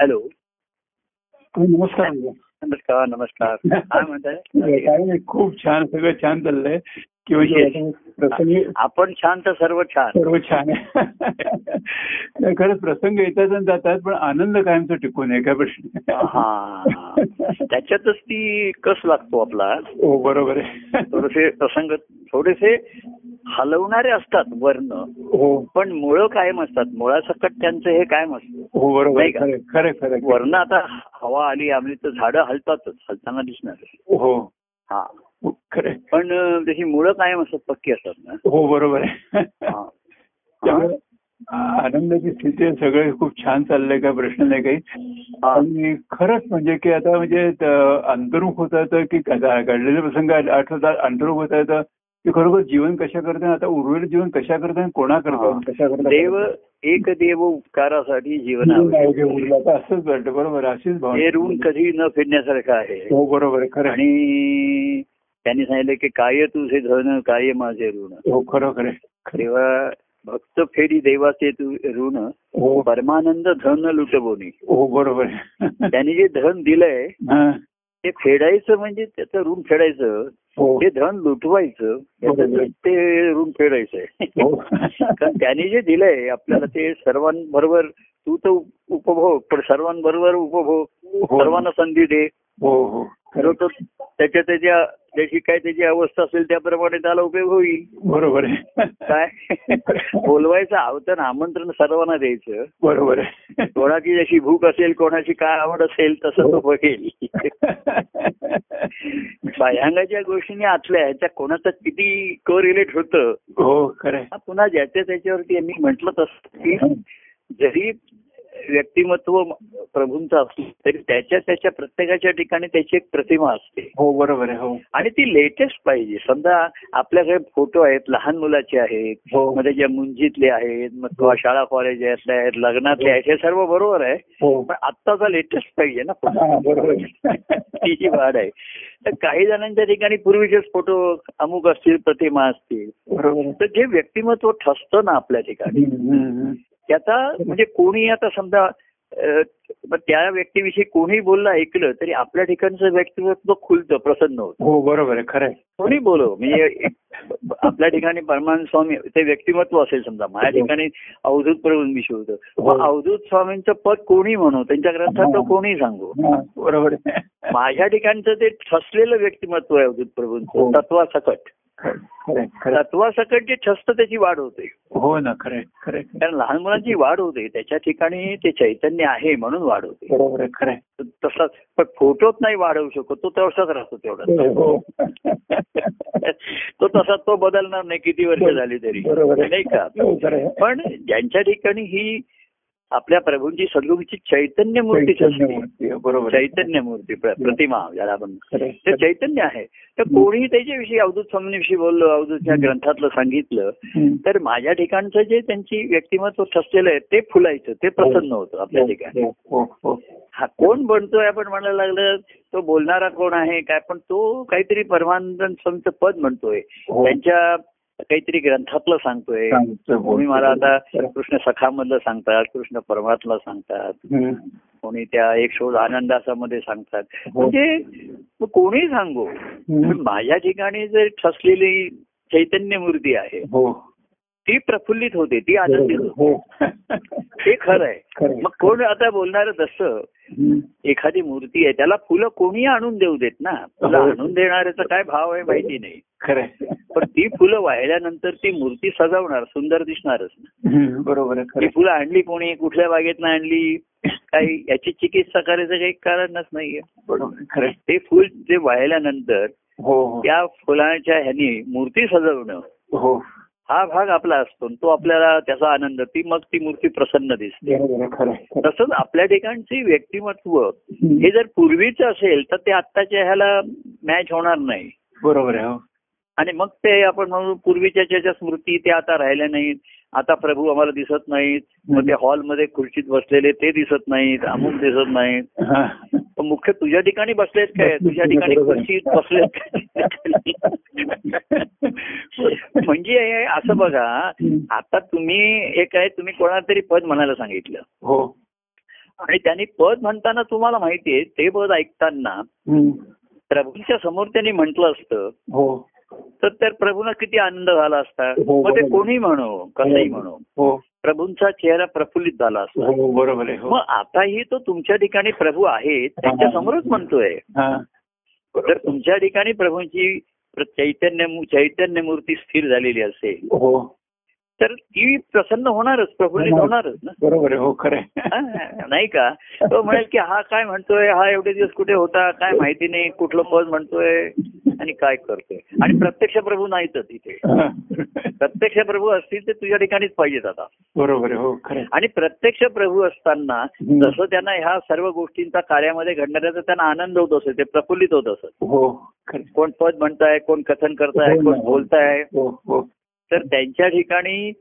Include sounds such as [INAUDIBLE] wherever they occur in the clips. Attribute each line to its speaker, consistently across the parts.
Speaker 1: Hello
Speaker 2: हा, हो, नमस्कार भैया.
Speaker 1: नमस्कार नमस्कार काय
Speaker 2: ठीक
Speaker 1: म्हणताय
Speaker 2: आहे, काय खूप छान सगळं छान चाललंय की म्हणजे
Speaker 1: विशेष.
Speaker 2: प्रसंगी
Speaker 1: आपण शांत सर्व छान
Speaker 2: सर्व छान आहे नाही, खरंच प्रसंग येतात आणि जातात पण आनंद कायमचा टिकून आहे एका प्रश्न
Speaker 1: हा त्याच्यातच ती कस लागतो आपला
Speaker 2: हो बरोबर आहे
Speaker 1: थोडेसे प्रसंग थोडेसे हलवणारे असतात वर्ण
Speaker 2: हो
Speaker 1: पण मुळं कायम असतात मुळासकट त्यांचं हे कायम असतं
Speaker 2: हो बरोबर आहे.
Speaker 1: नाही का?
Speaker 2: खरं आहे, खरं आहे, खरं आहे.
Speaker 1: वर्ण आता हवा आली आम्ही तर झाडं हलतातच हलताना दिसणार आहे.
Speaker 2: हो
Speaker 1: हा
Speaker 2: हो, खरं आहे.
Speaker 1: पण अं, ही मुळं कायम असतात पक्की असतात ना
Speaker 2: हो बरोबर आहे
Speaker 1: हा.
Speaker 2: त्यामुळे आ- आनंदाची स्थिती आहे, सगळं खूप छान चाललंय काय प्रश्न नाही काही
Speaker 1: हा.
Speaker 2: आणि खरंच म्हणजे की आता म्हणजे त- अंतर्मुख होता येतं की कदा- घडलेले प्रसंग आठवतात अंतर्मुख होता येतं की खरोखर जीवन कशा करतं आता उर्वरित जीवन कशा करतं आणि कोणा करतं
Speaker 1: हा.
Speaker 2: कशा करतं
Speaker 1: देव एक देव उपकारासाठी
Speaker 2: जीवन आहे
Speaker 1: जीवनावर
Speaker 2: की उरलं आता असंच वाटतं बरोबर अशीच
Speaker 1: हे ऋण
Speaker 2: भावना
Speaker 1: कधी न फेडण्यासारखं आहे
Speaker 2: हो बरोबर आहे, खरं आहे.
Speaker 1: आणि त्यांनी सांगितलं की काय तुझे धन काय माझे ऋण
Speaker 2: हो खरोखर आहे.
Speaker 1: तेव्हा भक्त फेरी देवाचे तू ऋण
Speaker 2: हो
Speaker 1: परमानंद धन लुटबोनी
Speaker 2: हो बरोबर आहे.
Speaker 1: त्यांनी जे धन दिलंय
Speaker 2: हा.
Speaker 1: ते फेडायचं म्हणजे त्याचं ऋण फेडायचं
Speaker 2: हो
Speaker 1: ते धन लुटवायचं
Speaker 2: बरोबर.
Speaker 1: त्याचं ते ऋण फेडायचंय
Speaker 2: हो
Speaker 1: कारण त्याने जे दिलंय आपल्याला ते सर्वांबरोबर तू तर उप- उपभोग पण सर्वांबरोबर उपभोग सर्वांना संधी दे
Speaker 2: हो हो
Speaker 1: खरं
Speaker 2: खरं
Speaker 1: तर त्याच्या त्याच्या त्याची काय त्याची अवस्था असेल त्याप्रमाणे त्याला उपयोग होईल
Speaker 2: आहे. बरोबर आहे
Speaker 1: काय [LAUGHS] बोलवायचं आवतन आमंत्रण सर्वांना द्यायचं
Speaker 2: बरोबर आहे
Speaker 1: कोणाची जशी भूक असेल कोणाची काय आवड असेल तसं तो बघेल बाह्यांगाच्या गोष्टीने आतल्या ह्याच्या कोणाचं किती कोरिलेट होतं
Speaker 2: हो खरं
Speaker 1: हा पुन्हा ज्याच्या त्याच्यावरती मी म्हटलं तसं की जरी व्यक्तिमत्व प्रभूंचं असलं तरी त्याच्या त्याच्या प्रत्येकाच्या ठिकाणी त्याची एक प्रतिमा असते
Speaker 2: हो बरोबर आहे हो
Speaker 1: आणि ती लेटेस्ट पाहिजे समजा आपल्याकडे फोटो आहेत लहान मुलाचे आहेत
Speaker 2: हो.
Speaker 1: मध्ये ज्या मुंजीतले आहेत मग किंवा शाळा कॉलेज आहेत लग्नातले आहेत हे सर्व बरोबर आहे
Speaker 2: हो
Speaker 1: पण आत्ताचा लेटेस्ट पाहिजे ना photo.
Speaker 2: हा, बरोबर आहे.
Speaker 1: ती जी वाढ आहे तर काही जणांच्या ठिकाणी पूर्वीचेच फोटो अमुक असतील प्रतिमा असतील
Speaker 2: बरोबर आहे.
Speaker 1: तर जे व्यक्तिमत्व ठसतं ना आपल्या ठिकाणी
Speaker 2: हम्म, हम्म, हम्म.
Speaker 1: त्याचा म्हणजे कोणी आता समजा अ, मग त्या व्यक्तीविषयी कोणी बोललं ऐकलं तरी आपल्या ठिकाणचं व्यक्तिमत्व खुलतं प्रसन्न होतं
Speaker 2: हो बरोबर आहे खरं आहे.
Speaker 1: कोणी बोलव म्हणजे एक- आपल्या ठिकाणी परमान स्वामी ते व्यक्तिमत्व असेल समजा माझ्या ठिकाणी अवधूत प्रभूंविषयी होतं मग
Speaker 2: हो.
Speaker 1: अवधूत स्वामींचं पद कोणी म्हणू त्यांच्या ग्रंथात तो कोणी सांगू
Speaker 2: हा, बरोबर आहे.
Speaker 1: माझ्या ठिकाणचं ते ठसलेलं व्यक्तिमत्व आहे अवधूत प्रभूंचं
Speaker 2: हो.
Speaker 1: तत्वासकट
Speaker 2: खरं- खरं आहे, खरं आहे.
Speaker 1: तत्वासकट जे ठसतं त्याची वाढ होते
Speaker 2: हो ना खरं आहे, खरं आहे.
Speaker 1: कारण लहान मुलांची वाढ होते त्याच्या ठिकाणी ते चैतन्य आहे म्हणून वाढ होते
Speaker 2: बरोबर आहे खरं आहे.
Speaker 1: तसाच पण फोटोत नाही वाढवू शकत तो तसाच राहतो तेवढा
Speaker 2: हो
Speaker 1: तो तसा तो बदलणार नाही किती
Speaker 2: हो.
Speaker 1: वर्ष झाली तरी
Speaker 2: [LAUGHS] बरोबर
Speaker 1: नाही का
Speaker 2: हो, खरं आहे.
Speaker 1: पण ज्यांच्या ठिकाणी ही आपल्या प्रभूंची सद्गुरूची चैतन्य मूर्तीच
Speaker 2: चैतन्य
Speaker 1: असते
Speaker 2: मूर्ती आहे, बरोबर आहे.
Speaker 1: चैतन्य मूर्ती प्र- प्रतिमा ज्याला आपण
Speaker 2: खरं आहे,
Speaker 1: ते
Speaker 2: खरं आहे.
Speaker 1: चैतन्य आहे तर कोणी त्याच्याविषयी अवधूत स्वामींविषयी बोललो अवधूतच्या
Speaker 2: हं.
Speaker 1: ग्रंथातलं सांगितलं
Speaker 2: हम्म.
Speaker 1: तर माझ्या ठिकाणचं जे त्यांची व्यक्तिमत्व ठसलेलं आहे ते फुलायचं ते प्रसन्न होतं आपल्या ठिकाणी
Speaker 2: हो, हो, हो.
Speaker 1: हा कोण बनतोय आपण म्हणायला लागलं तो बोलणारा कोण आहे काय पण तो काहीतरी परमानंद स्वामीचं पद म्हणतोय
Speaker 2: हो.
Speaker 1: त्यांच्या काहीतरी ग्रंथातलं सांगतोय
Speaker 2: सांगतोय, बोलतोय.
Speaker 1: कोणी मला आता
Speaker 2: खरं.
Speaker 1: कृष्ण सखामधलं सांगतात कृष्ण परमातला सांगतात
Speaker 2: हम्म.
Speaker 1: कोणी त्या एक शोध आनंदाचा मध्ये सांगतात
Speaker 2: हो.
Speaker 1: म्हणजे कोणी सांगू पण माझ्या ठिकाणी जर ठसलेली चैतन्य मूर्ती आहे
Speaker 2: हो
Speaker 1: ती प्रफुल्लित होते ती आनंदित
Speaker 2: बरोबर,
Speaker 1: होते
Speaker 2: [LAUGHS] हो
Speaker 1: ते खरं आहे
Speaker 2: खरं.
Speaker 1: मग कोण आता बोलणार तसं
Speaker 2: हम्म.
Speaker 1: एखादी मूर्ती आहे त्याला फुलं कोणी आणून देऊ देत ना फुलं
Speaker 2: हो.
Speaker 1: आणून देणाऱ्याचा काय भाव आहे माहिती नाही
Speaker 2: खरं आहे.
Speaker 1: पण ती फुलं वाहिल्यानंतर ती मूर्ती सजवणार सुंदर दिसणारच ना
Speaker 2: हम्म, बरोबर आहे खरं
Speaker 1: ती
Speaker 2: आहे.
Speaker 1: फुलं आणली कोणी कुठल्या बागेतनं आणली काही याची चिकित्सा करायचं काही कारणच नाहीये
Speaker 2: बरोबर आहे, खरं आहे.
Speaker 1: ते फुल जे वाहिल्यानंतर
Speaker 2: हो हो.
Speaker 1: त्या फुलाच्या ह्यानी मूर्ती सजवणं
Speaker 2: हो
Speaker 1: हा भाग आपला असतो तो आपल्याला त्याचा आनंद ती मग ती मूर्ती प्रसन्न दिसते
Speaker 2: बरोबर आहे, खरं आहे, खरं आहे.
Speaker 1: तसंच आपल्या ठिकाणची व्यक्तिमत्व हे
Speaker 2: हम्म.
Speaker 1: जर पूर्वीचं असेल तर ते आत्ताच्या ह्याला मॅच होणार नाही
Speaker 2: बरोबर आहे हो
Speaker 1: आणि मग ते आपण म्हणू पूर्वीच्या ज्या ज्या स्मृती त्या आता राहिल्या नाहीत आता प्रभू आम्हाला दिसत नाहीत मग ते हॉलमध्ये खुर्चीत बसलेले ते दिसत नाहीत अमुक दिसत नाहीत
Speaker 2: हा.
Speaker 1: पण मुख्य तुझ्या ठिकाणी बसलेत काय तुझ्या ठिकाणी
Speaker 2: बरोबर आहे.
Speaker 1: खुर्चीत बसलेत काय? [LAUGHS] म्हणजे हे असं बघा आता तुम्ही एक आहे तुम्ही कोणाला तरी पद म्हणायला सांगितलं
Speaker 2: हो
Speaker 1: आणि त्यांनी पद म्हणताना तुम्हाला माहितीये ते पद ऐकताना
Speaker 2: हम्म.
Speaker 1: प्रभूंच्या समोर त्यांनी म्हटलं असतं
Speaker 2: हो
Speaker 1: तर त्या प्रभूंना किती आनंद झाला असता
Speaker 2: हो,
Speaker 1: मग ते
Speaker 2: बरोबर.
Speaker 1: कोणी म्हणो कसंही म्हणो
Speaker 2: हो
Speaker 1: प्रभूंचा चेहरा प्रफुल्लित झाला असता
Speaker 2: हो बरोबर आहे हो
Speaker 1: मग आताही तो तुमच्या ठिकाणी प्रभू आहे त्यांच्या समोरच म्हणतोय
Speaker 2: हा
Speaker 1: तर तुमच्या ठिकाणी प्रभूंची प्र- चैतन्य मू- चैतन्य मूर्ती स्थिर झालेली असेल
Speaker 2: हो
Speaker 1: तर ती प्रसन्न होणारच प्रफुल्लित होणारच ना
Speaker 2: बरोबर आहे हो खरं आहे.
Speaker 1: हा, नाही का तो
Speaker 2: हो,
Speaker 1: म्हणेल की हा काय म्हणतोय हा एवढे दिवस कुठे होता काय माहिती नाही कुठलं पद म्हणतोय आणि काय करतोय आणि प्रत्यक्ष प्रभू नाहीत तिथे
Speaker 2: हा.
Speaker 1: प्रत्यक्ष प्रभू असतील ते तुझ्या ठिकाणीच पाहिजेत आता
Speaker 2: बरोबर आहे हो खरं आहे.
Speaker 1: आणि प्रत्यक्ष प्रभू असताना
Speaker 2: हम्म.
Speaker 1: जसं त्यांना ह्या सर्व गोष्टींचा कार्यामध्ये घडणाऱ्याचा त्यांना आनंद होत असेल ते प्रफुल्लित होत असत
Speaker 2: हो खरं आहे.
Speaker 1: कोण पद म्हणताय कोण कथन करताय
Speaker 2: हो ना,
Speaker 1: कोण
Speaker 2: हो.
Speaker 1: बोलताय
Speaker 2: हो हो
Speaker 1: तर त्यांच्या ठिकाणी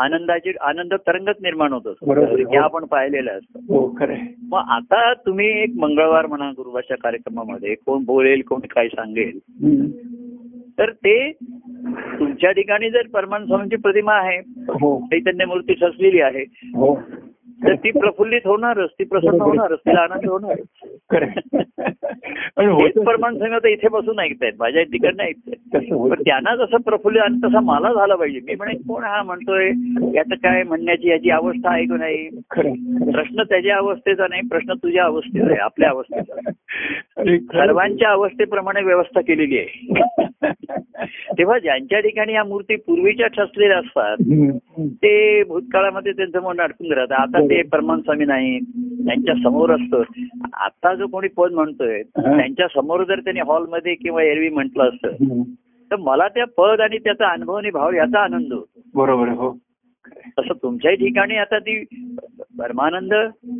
Speaker 1: आनंदाची आनंद तरंगच निर्माण होत
Speaker 2: बरोबर.
Speaker 1: असत हे आपण पाहिलेलं असतं
Speaker 2: हो खरं आहे.
Speaker 1: मग आता तुम्ही एक मंगळवार म्हणा गुरुवारच्या कार्यक्रमामध्ये कोण बोलेल कोण काय सांगेल
Speaker 2: हम्म.
Speaker 1: तर ते तुमच्या ठिकाणी जर परमान स्वामींची प्रतिमा आहे
Speaker 2: हो
Speaker 1: चैतन्य मूर्ती सजलेली आहे
Speaker 2: हो
Speaker 1: तर
Speaker 2: [LAUGHS]
Speaker 1: ती प्रफुल्लित होणारच ती प्रसन्न होणारच तिला आनंद होणार
Speaker 2: खरं आहे. आणि
Speaker 1: हेच
Speaker 2: होतं
Speaker 1: परमान स्वामी आता इथे बसून ऐकतायत माझ्या तिकडनं ऐकतायत
Speaker 2: तसं होतं.
Speaker 1: पण त्यांना जसं प्रफुल्लित आणि तसा मला झाला पाहिजे मी म्हणे कोण हा म्हणतोय याचं काय म्हणण्याची याची अवस्था आहे की नाही
Speaker 2: खरं आहे, खरं आहे.
Speaker 1: प्रश्न त्याच्या अवस्थेचा नाही प्रश्न तुझ्या अवस्थेचा आहे आपल्या अवस्थेचा
Speaker 2: अरे, खरं आहे.
Speaker 1: सर्वांच्या अवस्थेप्रमाणे व्यवस्था केलेली आहे तेव्हा ज्यांच्या ठिकाणी या मूर्ती पूर्वीच्या ठसलेल्या असतात
Speaker 2: हम्म.
Speaker 1: ते भूतकाळामध्ये त्यांचं मन अडकून राहतं आता ते परमान स्वामी नाही त्यांच्या समोर असतं आता जो कोणी पद म्हणतोय
Speaker 2: हा.
Speaker 1: त्यांच्या समोर जर त्यांनी हॉलमध्ये किंवा एरवी म्हटलं असतं
Speaker 2: हम्म.
Speaker 1: तर मला त्या पद आणि त्याचा अनुभव आणि भाव याचा आनंद होतो
Speaker 2: बरोबर आहे, हो
Speaker 1: तसं तुमच्याही ठिकाणी आता ती परमानंद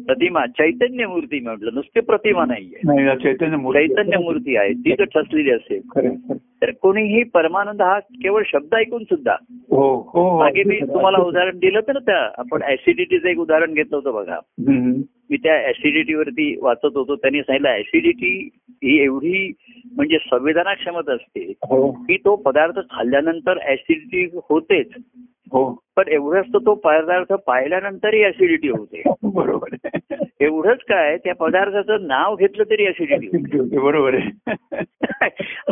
Speaker 1: प्रतिमा चैतन्य मूर्ती म्हटलं नुसती प्रतिमा नाहीये
Speaker 2: नाही या चैतन्य मूर्ती
Speaker 1: चैतन्य मूर्ती आहे ती जर ठसलेली असेल
Speaker 2: खरं आहे, खरं आहे.
Speaker 1: तर कोणीही परमानंद हा केवळ शब्द ऐकून सुद्धा
Speaker 2: हो हो हो.
Speaker 1: मागे मी तुम्हाला उदाहरण दिलं होतं ना त्या आपण ऍसिडिटीचं एक उदाहरण घेतलं होतं बघा
Speaker 2: हम्म.
Speaker 1: मी त्या ऍसिडिटी वरती वाचत होतो त्यांनी सांगितलं ऍसिडिटी ही एवढी म्हणजे संवेदनाक्षमत असते
Speaker 2: हो
Speaker 1: की तो पदार्थ खाल्ल्यानंतर ऍसिडिटी होतेच
Speaker 2: हो
Speaker 1: पण एवढंच तर तो पदार्थ पाहिल्यानंतरही ऍसिडिटी होते
Speaker 2: बरोबर आहे.
Speaker 1: एवढंच काय त्या पदार्थाचं नाव घेतलं तरी ऍसिडिटी होते [LAUGHS]
Speaker 2: [LAUGHS] बरोबर आहे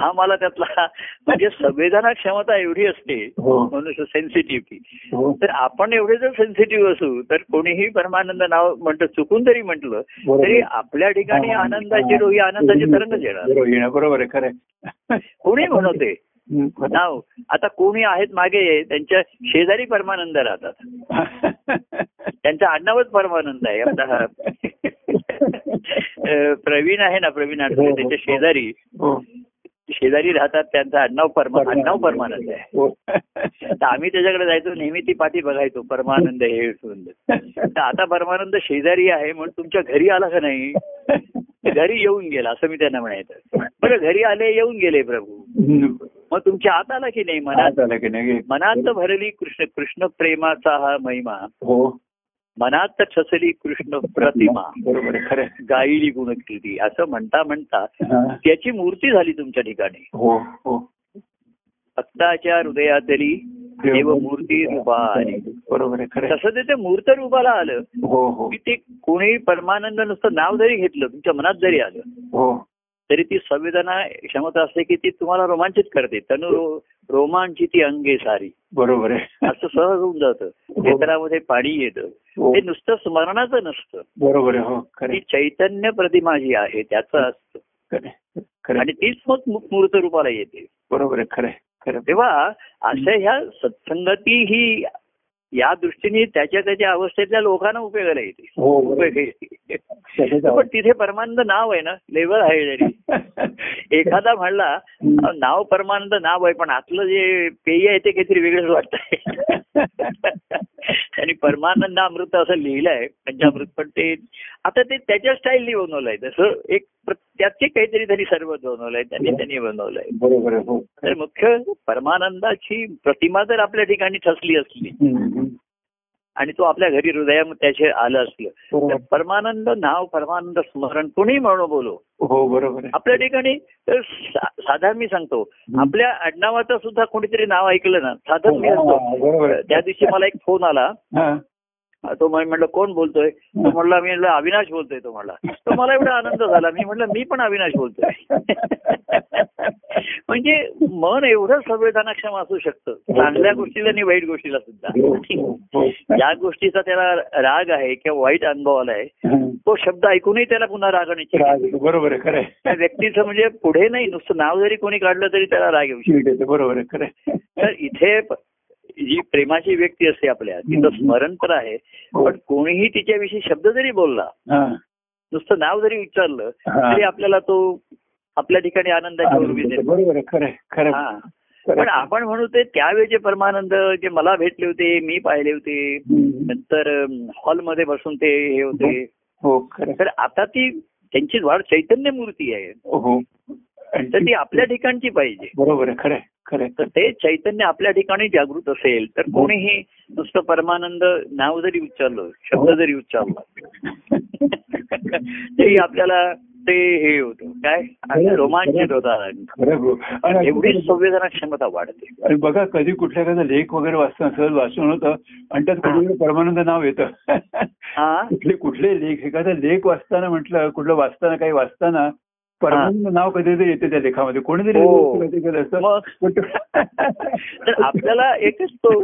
Speaker 1: हा मला त्यातला म्हणजे संवेदना क्षमता एवढी असते
Speaker 2: हो
Speaker 1: मनुष्य सेन्सिटिव्ह
Speaker 2: हो
Speaker 1: तर आपण एवढे जर सेन्सिटिव्ह असू तर कोणीही परमानंद नाव म्हणत चुकून जरी म्हटलं
Speaker 2: बरोबर.
Speaker 1: तरी आपल्या ठिकाणी आनंदाची डोही आनंदाची तरंगच येणार
Speaker 2: बरोबर येणार, बरोबर आहे खरं आहे.
Speaker 1: कोणी म्हणते
Speaker 2: हम्म, खरं आहे.
Speaker 1: नाव आता कोणी आहेत मागे त्यांच्या शेजारी परमानंद राहतात त्यांचं आडनावच परमानंद आहे आता हा. [LAUGHS]
Speaker 2: [LAUGHS]
Speaker 1: अं, प्रवीण आहे ना प्रवीण आठवले त्यांच्या शेजारी
Speaker 2: हो
Speaker 1: शेजारी राहतात त्यांचं आडनाव परमा आडनाव परमानंद आहे
Speaker 2: हो
Speaker 1: तर आम्ही त्याच्याकडे जायचो नेहमी ती पाठी बघायचो परमानंद हे सुंदर तर आता परमानंद शेजारी आहे म्हणून तुमच्या घरी आला का नाही घरी येऊन गेला असं मी त्यांना म्हणायचं बरं घरी आले येऊन गेले प्रभू
Speaker 2: हम्म.
Speaker 1: मग तुमच्या आत आला की नाही मनात
Speaker 2: आता आलं की नाही
Speaker 1: मनात भरली कृष्ण कृष्ण प्रेमाचा हा महिमा
Speaker 2: हो
Speaker 1: मनात छसली कृष्ण प्रतिमा
Speaker 2: बरोबर आहे खरं आहे.
Speaker 1: गायली गुणकीर्ती असं म्हणता म्हणता
Speaker 2: हा.
Speaker 1: त्याची मूर्ती झाली तुमच्या ठिकाणी
Speaker 2: हो हो
Speaker 1: भक्ताच्या हृदयातली देवमूर्ती रूपा आली
Speaker 2: बरोबर आहे खरं आहे.
Speaker 1: तसं ते ते मूर्त रूपाला आलं
Speaker 2: हो हो
Speaker 1: की ते कोणी परमानंद नुसतं नाव जरी घेतलं तुमच्या मनात जरी आलं
Speaker 2: हो
Speaker 1: तरी ती संवेदना क्षमता असते की ती तुम्हाला रोमांचित करते तनु रो- रोमांची ती अंगे सारी
Speaker 2: बरोबर आहे
Speaker 1: असं सहज होऊन जातं नेत्रामध्ये पाणी येतं
Speaker 2: हो,
Speaker 1: ते नुसतं स्मरणाचं नसतं
Speaker 2: बरोबर आहे हो खरं
Speaker 1: ती
Speaker 2: आहे,
Speaker 1: चैतन्य प्रतिमा जी आहे त्याचं असतं
Speaker 2: खरं आहे, खरं
Speaker 1: आणि
Speaker 2: आहे.
Speaker 1: तीच मग मू- मूर्त रूपाला येते
Speaker 2: बरोबर आहे खरं आहे, खरं आहे.
Speaker 1: तेव्हा अशा ह्या सत्संगती ही या दृष्टीने त्याच्या त्याच्या अवस्थेतल्या लोकांना उपयोगाला येते
Speaker 2: हो बरोबर
Speaker 1: उपयोग येते.
Speaker 2: त्याच्यात
Speaker 1: पण तिथे परमानंद नाव आहे ना लेवल आहे जरी
Speaker 2: आवाज.
Speaker 1: एखादा म्हणला अहो, नाव परमानंद नाव आहे पण आतलं जे पेय आहे ते काहीतरी वेगळंच वाटतंय आणि परमानंद अमृत असं लिहिलंय पंचामृत पण ते आता ते त्याच्या स्टाईलनी बनवलंय जसं एक प्र- त्याचे काहीतरी त्यांनी सर्व बनवलंय त्यांनी त्यांनी बनवलंय
Speaker 2: बरोबर आहे हो
Speaker 1: तर मुख्य परमानंदाची प्रतिमा जर आपल्या ठिकाणी ठसली असली
Speaker 2: हम्म, हम्म.
Speaker 1: आणि तो आपल्या घरी हृदयामध्ये त्याचे आलं असलं तर
Speaker 2: बरोबर.
Speaker 1: परमानंद नाव परमानंद स्मरण कोणी म्हणू बोलो
Speaker 2: हो बरोबर आहे
Speaker 1: आपल्या ठिकाणी तर सा- साधारण मी सांगतो आपल्या आडनावाचं सुद्धा कोणीतरी नाव ऐकलं ना साधन मी
Speaker 2: हा,
Speaker 1: असतो
Speaker 2: हो, बरोबर आहे
Speaker 1: त्या दिवशी मला एक फोन आला
Speaker 2: हा,
Speaker 1: तो म्हण- म्हणलं कोण बोलतोय तो म्हणला मी म्हणलं अविनाश बोलतोय तो म्हणला तर मला एवढा आनंद झाला मी म्हटलं मी पण अविनाश बोलतोय
Speaker 2: हो,
Speaker 1: [LAUGHS] म्हणजे मन एवढं संवेदनाक्षम असू शकतं
Speaker 2: हो.
Speaker 1: चांगल्या गोष्टीला आणि वाईट गोष्टीला सुद्धा ज्या गोष्टीचा त्याला राग आहे किंवा वाईट अनुभव आलाय तो शब्द ऐकूनही त्याला पुन्हा राग आणि चिड येते.
Speaker 2: राग येतो. बरोबर आहे खरं
Speaker 1: त्या
Speaker 2: आहे.
Speaker 1: व्यक्तीचं म्हणजे पुढे नाही नुसतं नाव जरी कोणी काढलं तरी त्याला राग येऊ शकतो
Speaker 2: शीट येते बरोबर आहे खरं आहे.
Speaker 1: तर इथे प- जी प्रेमाची व्यक्ती असते आपल्या तिचं
Speaker 2: हम्म.
Speaker 1: स्मरण तर आहे
Speaker 2: हो.
Speaker 1: पण कोणीही तिच्याविषयी शब्द जरी बोलला
Speaker 2: हा,
Speaker 1: नुसतं नाव जरी विचारलं
Speaker 2: हा.
Speaker 1: तरी आपल्याला तो आपल्या ठिकाणी आनंदाची उर्मी देतो
Speaker 2: बरोबर आहे खरं आहे, खरं आहे,
Speaker 1: हा.
Speaker 2: खरं
Speaker 1: पण
Speaker 2: आहे.
Speaker 1: आपण म्हणू ते त्यावेळेचे परमानंद जे मला भेटले होते मी पाहिले होते
Speaker 2: हम्म.
Speaker 1: नंतर अम, हॉलमध्ये बसून ते हे होते
Speaker 2: हो खरं आहे.
Speaker 1: तर आता ती त्यांची वाढ चैतन्य मूर्ती आहे
Speaker 2: हो आणि
Speaker 1: तर ती
Speaker 2: ती-
Speaker 1: आपल्या ठिकाणची पाहिजे
Speaker 2: बरोबर आहे खरं आहे, खरं आहे.
Speaker 1: तर ते चैतन्य आपल्या ठिकाणी जागृत असेल तर कोणीही नुसतं परमानंद नाव जरी उच्चारलं शब्द जरी उच्चारला तेही आपल्याला ते हे होतं काय आणि रोमांचित होतात
Speaker 2: खरं आहे, बरोबर. आणि
Speaker 1: एवढी
Speaker 2: अगदी-
Speaker 1: संवेदना क्षमता वाढते
Speaker 2: आणि बघा कधी कुठल्या एखादा लेख वगैरे वाचताना सहज वाचून होतं आणि त्यात कधी कधी परमानंद नाव येतं
Speaker 1: हा
Speaker 2: कुठले कुठले लेख एखादा लेख वाचताना म्हटलं कुठलं वाचताना काही वाचताना परमानंद नाव कधीतरी येते त्या लेखामध्ये कोणीतरी
Speaker 1: हो.
Speaker 2: लेख कधी कधी असतं
Speaker 1: मग
Speaker 2: पण ते-
Speaker 1: तर आपल्याला एकच तो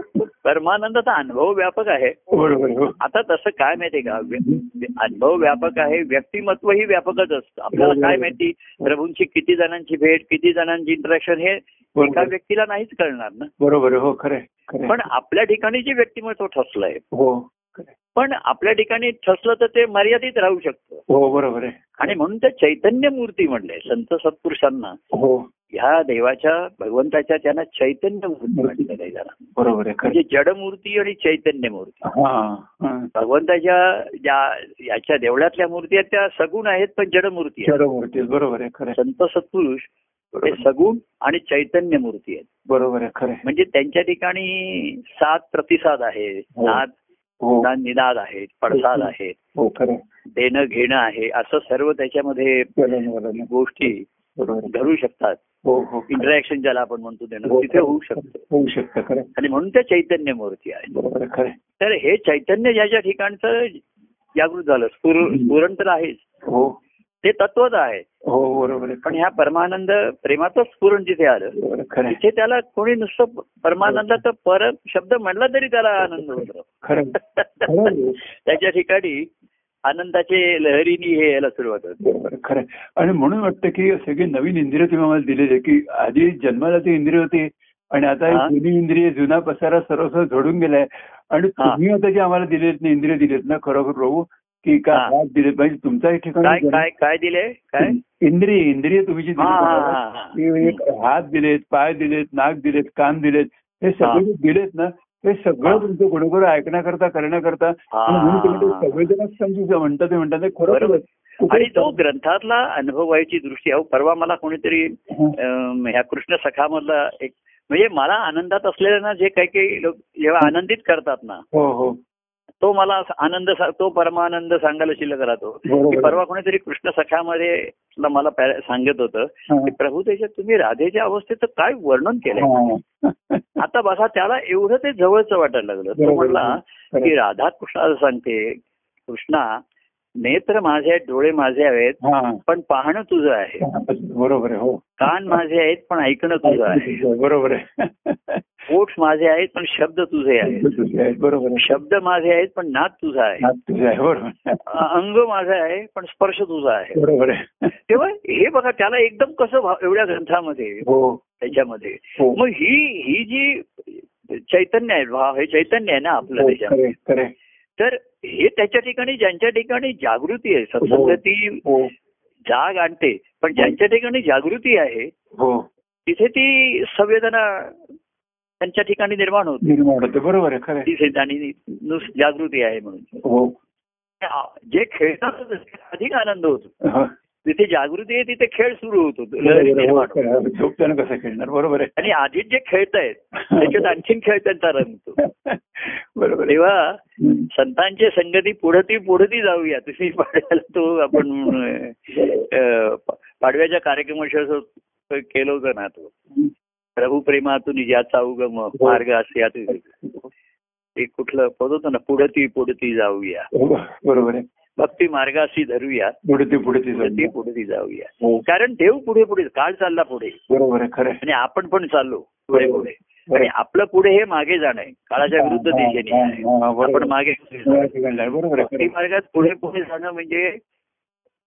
Speaker 1: परमानंदाचा अनुभव व्यापक आहे
Speaker 2: बरोबर हो
Speaker 1: आता तसं काय माहितीये का व्य- अनुभव व्यापक आहे व्यक्तिमत्व ही व्यापकच असतं आपल्याला काय माहिती प्रभूंची किती जणांची भेट किती जणांची इंटरॅक्शन हे एका
Speaker 2: बरोबर.
Speaker 1: व्यक्तीला नाहीच कळणार ना
Speaker 2: हो, बरोबर आहे, हो खरं आहे, खरं
Speaker 1: पण
Speaker 2: आहे.
Speaker 1: आपल्या ठिकाणी जे व्यक्तिमत्व ठसलंय
Speaker 2: हो खरं आहे.
Speaker 1: पण आपल्या ठिकाणी ठसलं तर ते मर्यादित राहू शकतं
Speaker 2: हो बरोबर आहे
Speaker 1: आणि म्हणून ते चैतन्य मूर्ती म्हणले संत सत्पुरुषांना
Speaker 2: हो
Speaker 1: ह्या देवाच्या भगवंताच्या त्यांना चैतन्य मूर्ती म्हटलेलं आहे त्याला
Speaker 2: बरोबर आहे खरं
Speaker 1: म्हणजे जडमूर्ती आणि चैतन्य मूर्ती
Speaker 2: आहे. हा हा.
Speaker 1: भगवंताच्या ज्या याच्या देवळातल्या मूर्ती आहेत त्या सगुण आहेत पण जडमूर्ती आहेत
Speaker 2: खरं मूर्ती आहे, बरोबर आहे खरं आहे.
Speaker 1: संत सत्पुरुष हे सगुण आणि चैतन्य मूर्ती आहेत
Speaker 2: बरोबर आहे खरं आहे.
Speaker 1: म्हणजे त्यांच्या ठिकाणी सात प्रतिसाद आहे
Speaker 2: हो.
Speaker 1: नाद
Speaker 2: हो
Speaker 1: ना- निनाद आहेत पडसाद आहेत
Speaker 2: हो खरं आहे.
Speaker 1: देणं घेणं आहे असं सर्व त्याच्यामध्ये
Speaker 2: चलन वलन आहे.
Speaker 1: गोष्टी
Speaker 2: बरोबर आहे.
Speaker 1: घडू शकतात
Speaker 2: हो हो खरं आहे.
Speaker 1: इंटरॅक्शन ज्याला आपण म्हणतो देणं
Speaker 2: हो,
Speaker 1: तिथे होऊ शकतं
Speaker 2: होऊ शकतं खरं आहे.
Speaker 1: आणि म्हणून त्या चैतन्य मूर्ती आहेत
Speaker 2: बरोबर आहे खरं आहे.
Speaker 1: तर हे चैतन्य ज्याच्या ठिकाणचं जागृत झालं स्फुर- स्फुरण तर आहेच
Speaker 2: हो
Speaker 1: ते तत्वच आहे
Speaker 2: हो बरोबर आहे
Speaker 1: पण ह्या परमानंद प्रेमाचं स्फुरण जिथे आलं
Speaker 2: बरोबर आहे. खरं आहे.
Speaker 1: तिथे त्याला कोणी नुसतं परमानंदाचा पर शब्द म्हणला तरी त्याला आनंद होतो
Speaker 2: खरं आहे. खरं आहे.
Speaker 1: त्याच्या ठिकाणी आनंदाचे लहरीनी हे यायला सुरुवात होते
Speaker 2: बरोबर आहे. खरं आहे. आणि म्हणून वाटतं की सगळी नवीन इंद्रिय तुम्ही आम्हाला दिलेली आहे की आधी जन्माला ती इंद्रिय होती आणि आता ही
Speaker 1: हा.
Speaker 2: जुनी इंद्रिय जुना पसारा सर्व सर्व झोडून गेलाय आणि
Speaker 1: हा.
Speaker 2: तुम्ही आता जे आम्हाला दिलेत ना इंद्रिय दिलेत ना खरोखर प्रभू की का
Speaker 1: हा.
Speaker 2: हात दिले पाहिजे तुमचाही
Speaker 1: काय
Speaker 2: ठिकाणी
Speaker 1: काय काय दिले काय
Speaker 2: इंद्रिय इंद्रिय तुम्ही जी दिली
Speaker 1: हा, हा,
Speaker 2: मला,
Speaker 1: हा, हा.
Speaker 2: की म्हणजे एक हात दिलेत पाय दिलेत नाक दिलेत कान दिलेत हे
Speaker 1: हा.
Speaker 2: सगळे जे दिलेत ना हे
Speaker 1: हा.
Speaker 2: सगळं तुमचं गुणगुण ऐकण्याकरता करण्याकरता
Speaker 1: हा.
Speaker 2: आणि म्हणून तुम्ही ते संवेदनाच समजू जा म्हणता ते म्हणता ते खरोखर
Speaker 1: बरोबर. आणि तो ग्रंथातला अनुभवायची दृष्टी अहो परवा मला कोणीतरी अम, ह्या कृष्ण सखामधला एक म्हणजे मला आनंदात असलेल्यांना जे काही काही लोक जेव्हा आनंदित करतात ना
Speaker 2: हो हो
Speaker 1: तो मला असा आनंद सा- तो परमानंद सांगायला शिल्लक राहतो
Speaker 2: बरोबर.
Speaker 1: की परवा कोणीतरी कृष्ण सखामध्ये ला मला पॅ- सांगत होतं
Speaker 2: हा.
Speaker 1: की प्रभू त्याच्यात तुम्ही राधेच्या अवस्थेचं काय वर्णन केलंय
Speaker 2: हा.
Speaker 1: आता बघा त्याला एवढं ते जवळचं वाटायला लागलं तो
Speaker 2: बरोबर.
Speaker 1: म्हणला की राधा कृष्णाला सांगते कृष्णा नेत्र माझे आहेत डोळे माझे आहेत
Speaker 2: हा.
Speaker 1: पण पाहणं तुझं आहे
Speaker 2: बरोबर आहे हो
Speaker 1: कान माझे आहेत पण ऐकणं तुझं आहे
Speaker 2: बरोबर आहे
Speaker 1: ओठ माझे आहेत पण शब्द तुझे आहेत
Speaker 2: तुझे आहेत, बरोबर आहे
Speaker 1: शब्द माझे आहेत पण नाद तुझा आहे
Speaker 2: हात तुझे आहे बरोबर
Speaker 1: अंग माझं आहे पण स्पर्श तुझा आहे
Speaker 2: बरोबर आहे हो.
Speaker 1: तेव्हा हे बघा त्याला एकदम कसं भाव- एवढ्या ग्रंथामध्ये
Speaker 2: हो
Speaker 1: त्याच्यामध्ये
Speaker 2: हो
Speaker 1: मग ही ही जी चैतन्य आहे भाव हे चैतन्य आहे ना
Speaker 2: हो,
Speaker 1: आपलं त्याच्यामध्ये
Speaker 2: खरे खरे
Speaker 1: तर हे त्याच्या ठिकाणी ज्यांच्या ठिकाणी जागृती आहे सत्संगती
Speaker 2: हो
Speaker 1: जाग आणते पण ज्यांच्या ठिकाणी जागृती आहे
Speaker 2: हो
Speaker 1: तिथे ती संवेदना त्यांच्या ठिकाणी निर्माण होते
Speaker 2: निर्माण होते बरोबर आहे खरे
Speaker 1: ती आणि नुस- जागृती आहे म्हणून
Speaker 2: हो
Speaker 1: जे खेळतात अधिक आनंद होतो
Speaker 2: हा.
Speaker 1: तिथे जागृती आहे तिथे खेळ सुरू होतो लहरी
Speaker 2: बरोबर आहे,
Speaker 1: निर्माण
Speaker 2: हो,
Speaker 1: होते.
Speaker 2: खरं आहे. झोपताना कसं खेळणार बरोबर आहे
Speaker 1: आणि आधीच जे खेळतायत त्याच्यात आणखीन खेळ त्यांचा रंगतो
Speaker 2: बरोबर आहे
Speaker 1: तेव्हा संतांची संगती पुढे ती पुढे ती जाऊया तशी पाडव्याला तो आपण अं, पा- पाडव्याच्या कार्यक्रमाशी असं केलं होतं ना तो प्रभू प्रेमातून ज्याचा उगम मार्ग असे यात- ते कुठलं पद होतं ना पुढती पुढती जाऊया
Speaker 2: हो, बरोबर आहे
Speaker 1: भक्ती मार्गाशी धरूया
Speaker 2: पुढे ते पुढे
Speaker 1: पुढती
Speaker 2: ते जाऊया.
Speaker 1: पुढती जाऊया
Speaker 2: हो,
Speaker 1: कारण देव पुढे पुढे काळ चालला पुढे
Speaker 2: बरोबर आहे खरं आहे.
Speaker 1: आणि आपण पण चाललो पुढे पुढे
Speaker 2: बरोबर.
Speaker 1: आणि आपलं पुढे हे मागे जाणं आहे काळाच्या विरुद्ध
Speaker 2: हा, हा,
Speaker 1: दिशेने आहे.
Speaker 2: हा, हा, बरोबर.
Speaker 1: आपण मागे
Speaker 2: बरोबर आहे, बरोबर आहे, बरोबर आहे,
Speaker 1: भक्ती मार्गात पुढे पुढे जाणं म्हणजे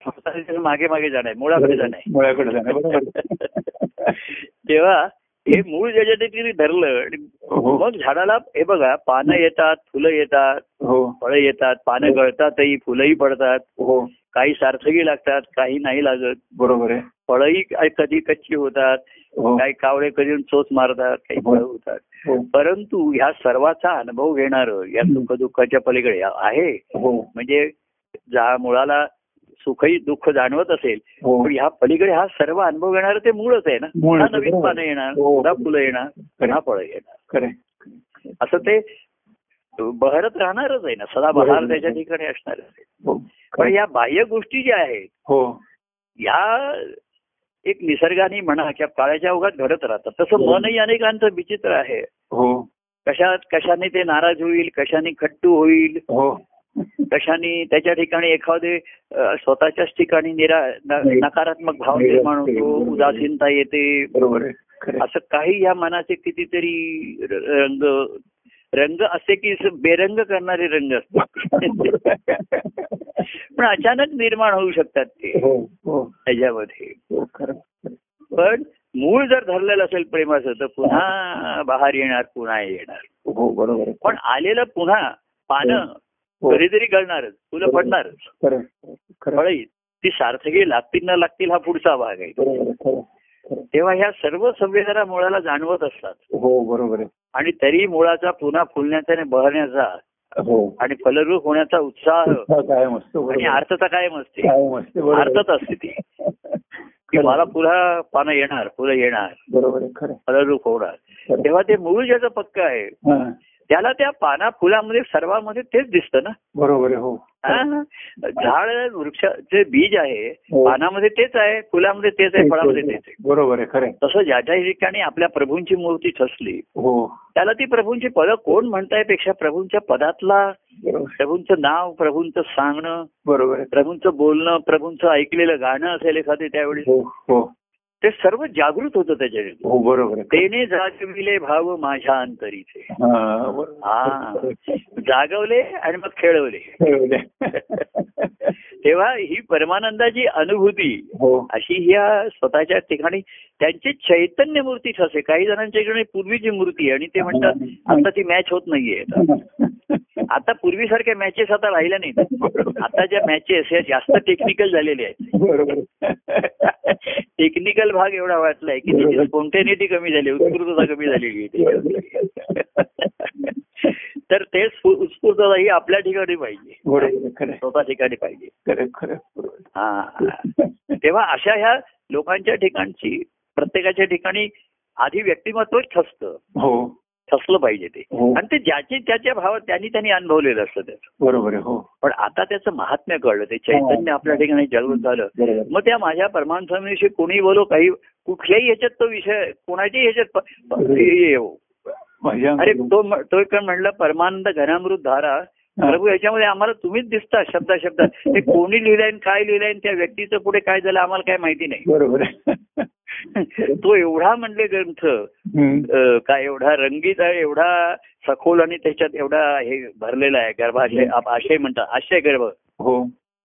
Speaker 1: स्वतःच्या मागे मागे जाणं आहे मुळाकडे
Speaker 2: बरोबर
Speaker 1: जाणं
Speaker 2: आहे. मुळाकडे जाणं आहे, बरोबर
Speaker 1: आहे
Speaker 2: आहे.
Speaker 1: [LAUGHS] तेव्हा हे मूळ ज्याच्या तिने धरलं आणि
Speaker 2: हो
Speaker 1: मग झाडाला हे बघा पानं येतात फुलं येतात
Speaker 2: हो
Speaker 1: फळं येतात पानं गळतातही फुलंही पडतात
Speaker 2: हो
Speaker 1: काही सार्थकी लागतात काही नाही लागत
Speaker 2: बरोबर आहे
Speaker 1: फळंही काय कधी कच्ची होतात
Speaker 2: हो
Speaker 1: काही कावळे कधी चोच मारतात काही फळं होतात
Speaker 2: हो
Speaker 1: परंतु ह्या सर्वाचा अनुभव घेणार या सुख दुःखाच्या पलीकडे आहे
Speaker 2: हो
Speaker 1: म्हणजे जा मुळाला सुखही दुःख जाणवत असेल
Speaker 2: हो
Speaker 1: पण ह्या पलीकडे हा सर्व अनुभव घेणार ते मूळच आहे ना
Speaker 2: मूळ
Speaker 1: पुन्हा
Speaker 2: आहे,
Speaker 1: नवीन
Speaker 2: बरोबर.
Speaker 1: पानं येणार
Speaker 2: हो.
Speaker 1: पुन्हा फुलं येणार पुन्हा फळं येणार
Speaker 2: खरे
Speaker 1: असं ते बहरत राहणारच आहे ना सदाबहार
Speaker 2: बरोबर.
Speaker 1: त्याच्या ठिकाणी असणार
Speaker 2: हो
Speaker 1: पण या बाह्य गोष्टी ज्या आहेत
Speaker 2: हो
Speaker 1: या एक निसर्गाने म्हणा किंवा काळाच्या अवघात घडत राहतात तसं
Speaker 2: हो.
Speaker 1: मनही अनेकांचं विचित्र आहे
Speaker 2: हो
Speaker 1: कशा कशाने ते नाराज होईल कशाने खट्टू होईल
Speaker 2: हो
Speaker 1: कशाने त्याच्या ठिकाणी एखादे अ, स्वतःच्याच ठिकाणी निरा न- नकारात्मक भाव
Speaker 2: निरा-
Speaker 1: निर्माण होतो उदासीनता येते
Speaker 2: बरोबर आहे खरे
Speaker 1: असं काही या मनाचे कितीतरी र- रंग रंग असे की स- बेरंग करणारे रंग
Speaker 2: [LAUGHS]
Speaker 1: असतात पण अचानक निर्माण होऊ शकतात ते
Speaker 2: हो हो
Speaker 1: त्याच्यामध्ये
Speaker 2: हो खरं
Speaker 1: पण मूळ जर धरलेलं असेल प्रेमाचं तर पुन्हा बाहेर येणार पुन्हा येणार
Speaker 2: हो बरोबर आहे
Speaker 1: पण आलेलं पुन्हा पानं
Speaker 2: हो,
Speaker 1: कधीतरी गळणारच फुलं
Speaker 2: बरोबर.
Speaker 1: पडणारच
Speaker 2: खरं आहे, खरं आहे.
Speaker 1: फळही ती सार्थकी लागतील न लागतील हा पुढचा भाग आहे
Speaker 2: बरोबर आहे, खरं आहे, खरं आहे.
Speaker 1: तेव्हा ह्या सर्व संवेदना मुळाला जाणवत असतात
Speaker 2: हो बरोबर आहे
Speaker 1: आणि तरी मुळाचा पुन्हा फुलण्याचा आणि बहरण्याचा
Speaker 2: हो
Speaker 1: आणि फलरूप होण्याचा उत्साह
Speaker 2: हा, कायम असतो बरोबर
Speaker 1: आणि
Speaker 2: आहे.
Speaker 1: अर्थता कायम असते
Speaker 2: कायम असते बरोबर आहे.
Speaker 1: अर्थच असते ती की
Speaker 2: खरं
Speaker 1: मला
Speaker 2: आहे,
Speaker 1: पुन्हा पानं येणार फुलं येणार
Speaker 2: बरोबर आहे खरं आहे,
Speaker 1: फलरूप होणार
Speaker 2: खरं आहे.
Speaker 1: तेव्हा ते मूळ ज्याचं पक्क आहे
Speaker 2: हा,
Speaker 1: त्याला त्या पाना फुलामध्ये सर्वांमध्ये तेच दिसतं ना
Speaker 2: बरोबर आहे हो
Speaker 1: हा? झाड वृक्षाचे बीज आहे
Speaker 2: हो.
Speaker 1: पानामध्ये तेच आहे फुलामध्ये तेच आहे फळामध्ये तेच आहे
Speaker 2: बरोबर आहे खरं आहे.
Speaker 1: तसं ज्या ज्या ठिकाणी आपल्या प्रभूंची मूर्ती ठसली
Speaker 2: हो
Speaker 1: त्याला ती प्रभूंची पदं कोण म्हणताय पेक्षा प्रभूंच्या पदातला
Speaker 2: बरोबर आहे.
Speaker 1: प्रभूंचं नाव प्रभूंचं सांगणं
Speaker 2: बरोबर आहे
Speaker 1: प्रभूंचं बोलणं प्रभूंचं ऐकलेलं गाणं असेल एखादे त्यावेळी
Speaker 2: हो हो
Speaker 1: ते सर्व जागृत होतं त्याच्यावेळी
Speaker 2: हो बरोबर आहे
Speaker 1: तेने जागविले भाव माझ्या अंतरीचे
Speaker 2: हा,
Speaker 1: हा.
Speaker 2: बरोबर आहे.
Speaker 1: जागवले आणि मग खेळवले
Speaker 2: बरोबर आहे.
Speaker 1: तेव्हा ही परमानंदाची अनुभूती
Speaker 2: हो
Speaker 1: अशी ह्या स्वतःच्या ठिकाणी त्यांची चैतन्य मूर्ती ठसे काही जणांच्या इकडे पूर्वीची मूर्ती आहे आणि ते म्हणतात आता ती मॅच होत नाहीये आता पूर्वीसारख्या मॅचेस आता राहिल्या नाहीत आता ज्या मॅचेस या जास्त टेक्निकल झालेल्या आहेत [LAUGHS]
Speaker 2: बरोबर आहे.
Speaker 1: टेक्निकल भाग एवढा वाटलाय की त्याची स्पॉन्टेनिटी कमी झाली उत्स्फूर्तता कमी झालेली आहे त्याच्यामध्ये. [LAUGHS] तर तेच स्फू- उत्स्फूर्तता ही आपल्या ठिकाणी पाहिजे
Speaker 2: बरोबर आहे, खरं आहे,
Speaker 1: स्वतः ठिकाणी पाहिजे
Speaker 2: खरं आहे, खरं आहे, बरोबर आहे.
Speaker 1: हा तेव्हा अशा ह्या लोकांच्या ठिकाणची प्रत्येकाच्या ठिकाणी आधी व्यक्तिमत्व ठसतं
Speaker 2: हो
Speaker 1: ठसलं पाहिजे ते
Speaker 2: हो
Speaker 1: आणि ते ज्याचे त्याच्या भावात त्यांनी त्यांनी अनुभवलेलं असतं त्याचं
Speaker 2: बरोबर आहे हो
Speaker 1: पण आता त्याचं महात्म्य कळलं ते चैतन्य आपल्या ठिकाणी जागृत झालं
Speaker 2: बरोबर आहे.
Speaker 1: मग त्या माझ्या परमानंदाविषयी कोणी बोलो काही कुठल्याही ह्याच्यात तो विषय कोणाच्याही ह्याच्यात प- प- हे येऊ.
Speaker 2: माझ्या
Speaker 1: अरे तो म- तो एक म्हणलं परमानंद घनामृत धारा प्रभू याच्यामध्ये आम्हाला तुम्हीच दिसता शब्दा शब्दात ते कोणी लिहिलंय आणि काय लिहिलंय आणि त्या व्यक्तीचं पुढे काय झालं आम्हाला काय माहिती
Speaker 2: [LAUGHS]
Speaker 1: नाही
Speaker 2: बरोबर आहे
Speaker 1: तो एवढा म्हणले ग्रंथ
Speaker 2: हम्म.
Speaker 1: अ, काय एवढा रंगीत आहे एवढा सखोल आणि त्याच्यात एवढा हे भरलेला आहे गर्भाशय आप- आशय म्हणतात आशय गर्भ
Speaker 2: हो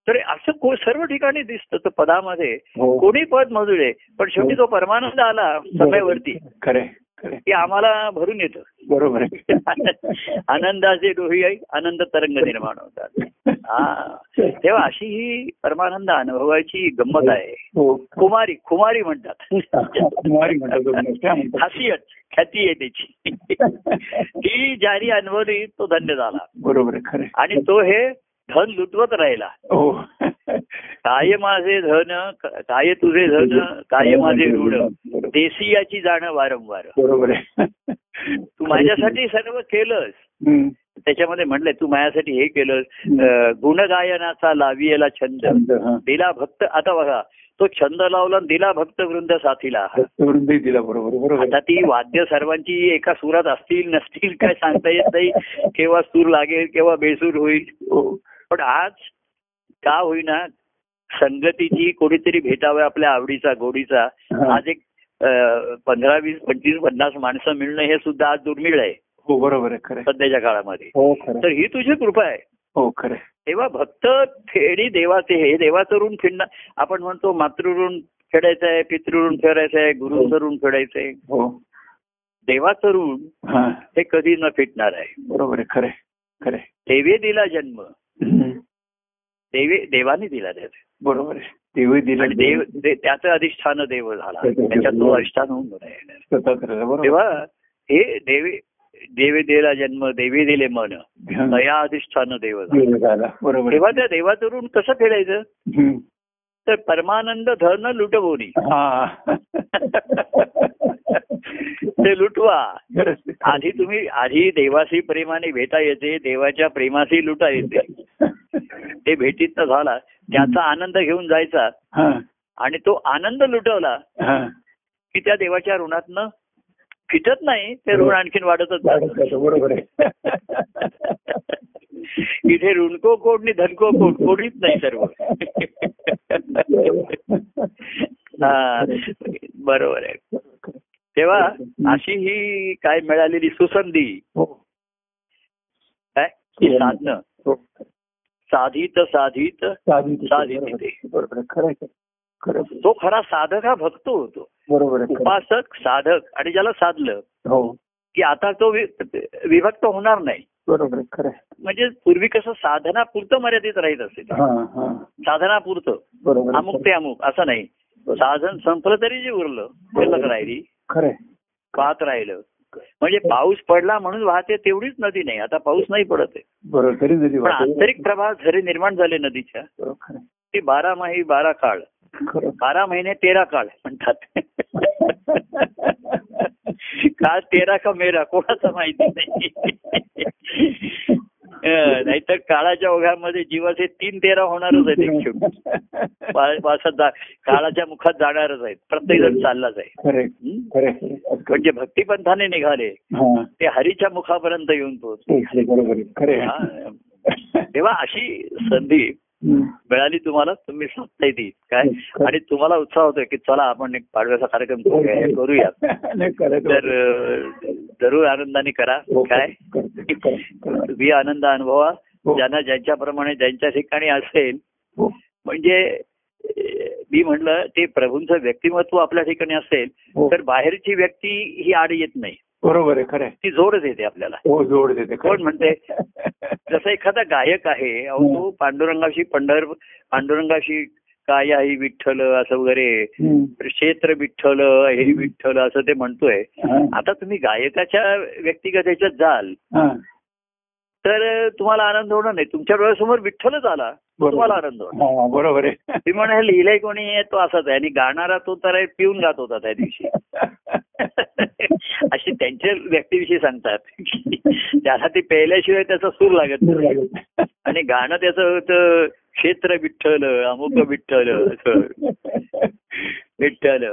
Speaker 1: तर असं को- सर्व ठिकाणी दिसतं तर पदामध्ये
Speaker 2: हो
Speaker 1: कोणी पद मजुळे पण शेवटी तो परमानंद आला सभेवरती
Speaker 2: खरे खरे
Speaker 1: की आम्हाला भरून येतं
Speaker 2: बरोबर आहे
Speaker 1: आनंदाचे डोही आई, आनंद तरंग निर्माण होतात [LAUGHS] हा तेव्हा अशी ही परमानंद अनुभवाची गंमत आहे
Speaker 2: हो
Speaker 1: कुमारी कुमारी म्हणतात
Speaker 2: [LAUGHS] कुमारी म्हणतात तुम्ही. काय म्हणतात?
Speaker 1: खासियत ख्याती आहे त्याची ती ज्यानी अनुभवली तो धन्य झाला
Speaker 2: बरोबर आहे खरे
Speaker 1: आणि तो हे धन लुटवत राहिला
Speaker 2: हो
Speaker 1: काय माझे धन क- काय तुझे धन काय
Speaker 2: हो,
Speaker 1: माझे ऋण देशी याची जाणं वारंवार
Speaker 2: म्हणजे बरोबर आहे
Speaker 1: तू माझ्यासाठी सर्व केलंस
Speaker 2: हम्म.
Speaker 1: त्याच्यामध्ये म्हणलंय तू माझ्यासाठी हे केलं अं, गुणगायनाचा लावियला छंद
Speaker 2: छंद, हा.
Speaker 1: दिला भक्त आता बघा तो छंद लावला आणि दिला भक्त वृंद साथीला
Speaker 2: वृंदही दिला बरोबर बरोबर
Speaker 1: आता ती वाद्य सर्वांची एका सुरात असतील नसतील काय सांगता येत नाही केव्हा सूर लागेल केव्हा बेसूर होईल
Speaker 2: हो.
Speaker 1: पण आज का होईना संगतीची कोणीतरी भेटावं आपल्या आवडीचा गोडीचा
Speaker 2: हा.
Speaker 1: आज एक अं, पंधरा वीस पंचवीस पन्नास माणसं मिळणं हे सुद्धा आज दुर्मिळ आहे
Speaker 2: हो बरोबर आहे खरं आहे.
Speaker 1: सध्याच्या काळामध्ये
Speaker 2: हो खरं
Speaker 1: तर
Speaker 2: आहे.
Speaker 1: ही तुझी कृपा आहे
Speaker 2: हो खरं आहे.
Speaker 1: तेव्हा भक्त फेडी देवाचे हे देवाचं ऋण फिरणं आपण म्हणतो मातृऋण फेडायचं आहे पितृऋण फेडायचं आहे गुरुचं ऋण फेडायचं आहे
Speaker 2: हो
Speaker 1: देवाचं ऋण
Speaker 2: हा
Speaker 1: हे कधी न फिटणार आहे
Speaker 2: बरोबर आहे खरं आहे. खरं आहे.
Speaker 1: देवे दिला जन्म
Speaker 2: हम्म.
Speaker 1: देवे देवाने दिला त्याचा.
Speaker 2: बरोबर आहे देवी दिला
Speaker 1: आणि देव दे- त्याचं अधिष्ठान देव झाला त्याच्यात तो अधिष्ठान होऊन नाही येणार.
Speaker 2: स्वतः करायला बरोबर
Speaker 1: तेव्हा हे देवे देवे दिला जन्म देवी दिले मन
Speaker 2: हा.
Speaker 1: दया अधिष्ठान देव झाला
Speaker 2: देव झाला बरोबर
Speaker 1: तेव्हा
Speaker 2: आहे.
Speaker 1: त्या देवाचं ऋण कसं फेडायचं
Speaker 2: हम्म.
Speaker 1: तर परमानंद धन लुटवोनी [LAUGHS]
Speaker 2: हा
Speaker 1: ते लुटवा
Speaker 2: खरंच आहे.
Speaker 1: आधी तुम्ही आधी देवाशी प्रेमाने भेटा येते देवाच्या प्रेमाशी लुटा येते ते भेटीतनं झाला त्याचा आनंद घेऊन जायचा
Speaker 2: हा,
Speaker 1: आणि तो आनंद लुटवला
Speaker 2: हा.
Speaker 1: की त्या देवाच्या ऋणातनं फिटत नाही ते ऋण आणखीन वाढतच
Speaker 2: वाढत
Speaker 1: जातं.
Speaker 2: जातं, बरोबर आहे
Speaker 1: इथे ऋणको कोड नि धनको कोड कोणीच नाही सर्व हा, बरोबर आहे तेव्हा अशी ही काय मिळालेली सुसंधी
Speaker 2: हो,
Speaker 1: काय ही साधनं
Speaker 2: हो.
Speaker 1: साधित साधित
Speaker 2: साधी तिथे,
Speaker 1: साधी
Speaker 2: बरोबर
Speaker 1: तिथे.
Speaker 2: आहे. बरोबर आहे, खरं आहे खरं आहे.
Speaker 1: तो खरा साधक हा भक्त होतो
Speaker 2: बरोबर आहे खरं आहे.
Speaker 1: उपासक साधक आणि ज्याला साधलं
Speaker 2: हो
Speaker 1: की आता तो वि- विभक्त होणार नाही
Speaker 2: बरोबर आहे खरं आहे.
Speaker 1: म्हणजे पूर्वी कसं साधनापुरतं मर्यादित राहीत असते
Speaker 2: हा हा
Speaker 1: साधनापुरतं
Speaker 2: बरोबर आहे,
Speaker 1: अमुक ते अमुक असं नाही साधन संपलं तरी जे उरलं शिल्लक राहिली
Speaker 2: खरं आहे.
Speaker 1: वाहत राहिलं म्हणजे पाऊस पडला म्हणून वाहते तेवढीच नदी नाही आता पाऊस नाही पडत आहे
Speaker 2: बरोबर तरी नदी
Speaker 1: पण
Speaker 2: वाहते.
Speaker 1: आंतरिक प्रवाह झरे निर्माण झाले नदीच्या
Speaker 2: बरोबर, खरं आहे.
Speaker 1: ते बारा माही बारा काळ
Speaker 2: खरं
Speaker 1: [LAUGHS]
Speaker 2: आहे.
Speaker 1: बारा महिने तेरा काळ म्हणतात काळ तेरा का मेरा कोणाचा माहिती नाही अं, नाहीतर काळाच्या ओघामध्ये जीवाचे तीन तेरा होणारच आहेत एक शेवटी.
Speaker 2: [LAUGHS]
Speaker 1: वा- वासात जा- काळाच्या मुखात जाणारच आहेत प्रत्येक जण चाललाच आहे
Speaker 2: खरं आहे,
Speaker 1: हं?
Speaker 2: खरं आहे, खरं आहे.
Speaker 1: म्हणजे भक्तिपंथाने निघाले
Speaker 2: हा
Speaker 1: ते हरीच्या मुखापर्यंत येऊन पोहोच
Speaker 2: तेच आहे, बरोबर आहे, खरं आहे.
Speaker 1: हा. तेव्हा अशी संधी
Speaker 2: हम्म.
Speaker 1: मिळाली तुम्हाला तुम्ही साधताय ती काय आणि तुम्हाला उत्साह होतोय की चला आपण एक पाडव्याचा कार्यक्रम करूया हे
Speaker 2: हो,
Speaker 1: करूया
Speaker 2: नाही, खरं आहे.
Speaker 1: तर अं, जरूर आनंदाने करा
Speaker 2: हो,
Speaker 1: काय
Speaker 2: करते, करते, करते.
Speaker 1: तुम्ही आनंद अनुभवा
Speaker 2: हो.
Speaker 1: ज्यांना ज्यांच्याप्रमाणे ज्यांच्या ठिकाणी असेल
Speaker 2: हो,
Speaker 1: म्हणजे अं, मी म्हणलं ते प्रभूंचं व्यक्तिमत्व आपल्या ठिकाणी असेल
Speaker 2: हो.
Speaker 1: तर बाहेरची व्यक्ती ही आड येत नाही
Speaker 2: बरोबर आहे खरं आहे.
Speaker 1: ती जोरच येते आपल्याला
Speaker 2: हो जोड देते खरं आहे.
Speaker 1: कोण म्हणते जसं एखादा गायक आहे अहो
Speaker 2: हो.
Speaker 1: तो पांडुरंगाशी पंढर पांडुरंगाशी काय आहे विठ्ठल असं वगैरे
Speaker 2: हम्म.
Speaker 1: क्षेत्र विठ्ठल हे विठ्ठल असं ते म्हणतोय
Speaker 2: हा,
Speaker 1: आता तुम्ही गायकाच्या व्यक्तिगत ह्याच्यात जाल
Speaker 2: हा.
Speaker 1: तर तुम्हाला आनंद होणार नाही तुमच्या डोळ्यासमोर विठ्ठलच आला तर तुम्हाला आनंद होणार
Speaker 2: हा, बरोबर आहे
Speaker 1: मी म्हणा हे लिहिलंय कोणी हे तो असाच आहे आणि गाणारा तो तर आहे, पिऊन गात होता त्या दिवशी [LAUGHS] अशी त्यांच्या व्यक्तीविषयी सांगतात [LAUGHS] त्याला ते प्यायल्याशिवाय त्याचा सूर लागत नाही आणि गाणं त्याचं होतं क्षेत्र विठ्ठल अमुक विठ्ठल असं. विठ्ठल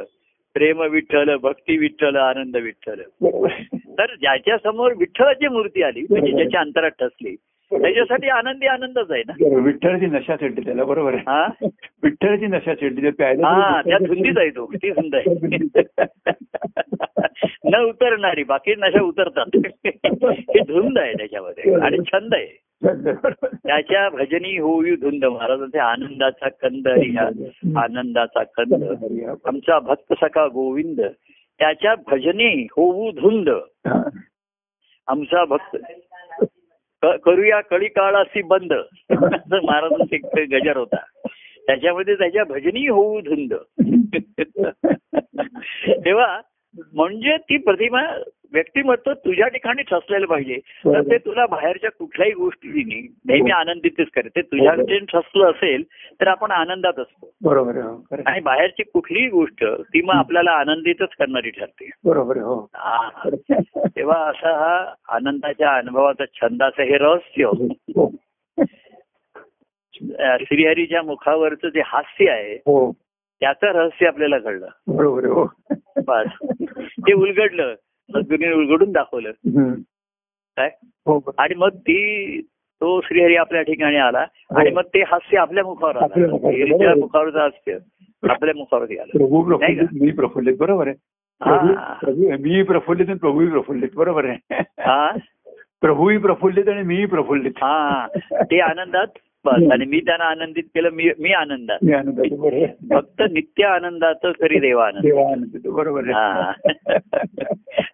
Speaker 1: प्रेम विठ्ठल भक्ती विठ्ठल आनंद विठ्ठल
Speaker 2: बरोबर आहे.
Speaker 1: तर ज्याच्या समोर विठ्ठलाची मूर्ती आली म्हणजे ज्याच्या अंतरात ठसली त्याच्यासाठी आनंदी आनंदच आहे ना
Speaker 2: बरोबर. विठ्ठलाची नशा चढली त्याला बरोबर आहे
Speaker 1: हा
Speaker 2: विठ्ठलाची नशा चढली ते प्यायला
Speaker 1: हा त्या धुंदीच आहे तो किती धुंद आहे न उतरणारी बाकी नशा उतरतात हे धुंद आहे त्याच्यामध्ये आणि छंद आहे त्याच्या भजनी होई धुंद महाराजांच्या आनंदाचा कंद हरिया आनंदाचा कंद आमचा भक्त सखा गोविंद त्याच्या भजनी होऊ धुंद
Speaker 2: हा.
Speaker 1: आमचा भक्त क- करूया कळी काळासी बंद असं महाराजांचा एक गजर होता त्याच्यामध्ये त्याच्या भजनी हो होऊ धुंद तेव्हा म्हणजे ती प्रतिमा व्यक्तिमत्व तुझ्या ठिकाणीच असलेलं पाहिजे तर
Speaker 2: बरोबर. हो.
Speaker 1: ते तुला बाहेरच्या कुठल्याही गोष्टीने नेहमी आनंदितच करते ते तुझ्या
Speaker 2: बरोबर.
Speaker 1: ठिकाणी ठसलं असेल तर आपण आनंदात असतो
Speaker 2: बरोबर आहे, हो खरं आहे.
Speaker 1: आणि बाहेरची कुठलीही गोष्ट ती मग आपल्याला आनंदितच करणारी ठरते
Speaker 2: बरोबर आहे, हो
Speaker 1: हा.
Speaker 2: खरं आहे.
Speaker 1: तेव्हा असा हा आनंदाच्या अनुभवाचा छंद असं हे रहस्य
Speaker 2: हो
Speaker 1: अ, श्रीहरीच्या मुखावरचं जे हास्य आहे
Speaker 2: हो
Speaker 1: त्याचं रहस्य आपल्याला कळलं
Speaker 2: बरोबर आहे, हो
Speaker 1: बस ते उलगडलं सद्गुरूने उलगडून दाखवलं
Speaker 2: हम्म.
Speaker 1: काय?
Speaker 2: हो बरोबर.
Speaker 1: आणि मग ती तो श्रीहरी आपल्या ठिकाणी आला आणि मग ते हास्य आपल्या मुखावर
Speaker 2: हो. आपल्या
Speaker 1: आलं
Speaker 2: मुखावर,
Speaker 1: श्रीहरीच्या
Speaker 2: बरोबर.
Speaker 1: मुखावरचं हास्य आपल्या मुखावरती
Speaker 2: [LAUGHS]
Speaker 1: आलं
Speaker 2: प्रभू
Speaker 1: नाही
Speaker 2: प्रफुल्लित मी प्रफुल्लित बरोबर आहे प्रभू
Speaker 1: हा.
Speaker 2: प्रभू मी प्रफुल्लित आणि प्रभूही प्रफुल्लित बरोबर आहे
Speaker 1: हा
Speaker 2: प्रभूही प्रफुल्लित आणि मीही प्रफुल्लित
Speaker 1: हा ते आनंदात बस आणि मी त्यांना आनंदित केलं मी मी आनंदात
Speaker 2: मी आनंदाचे बरोबर आहे.
Speaker 1: फक्त नित्य आनंदात करी देवा आनंद
Speaker 2: देवा आनंद देतो, बरोबर
Speaker 1: हा.
Speaker 2: आहे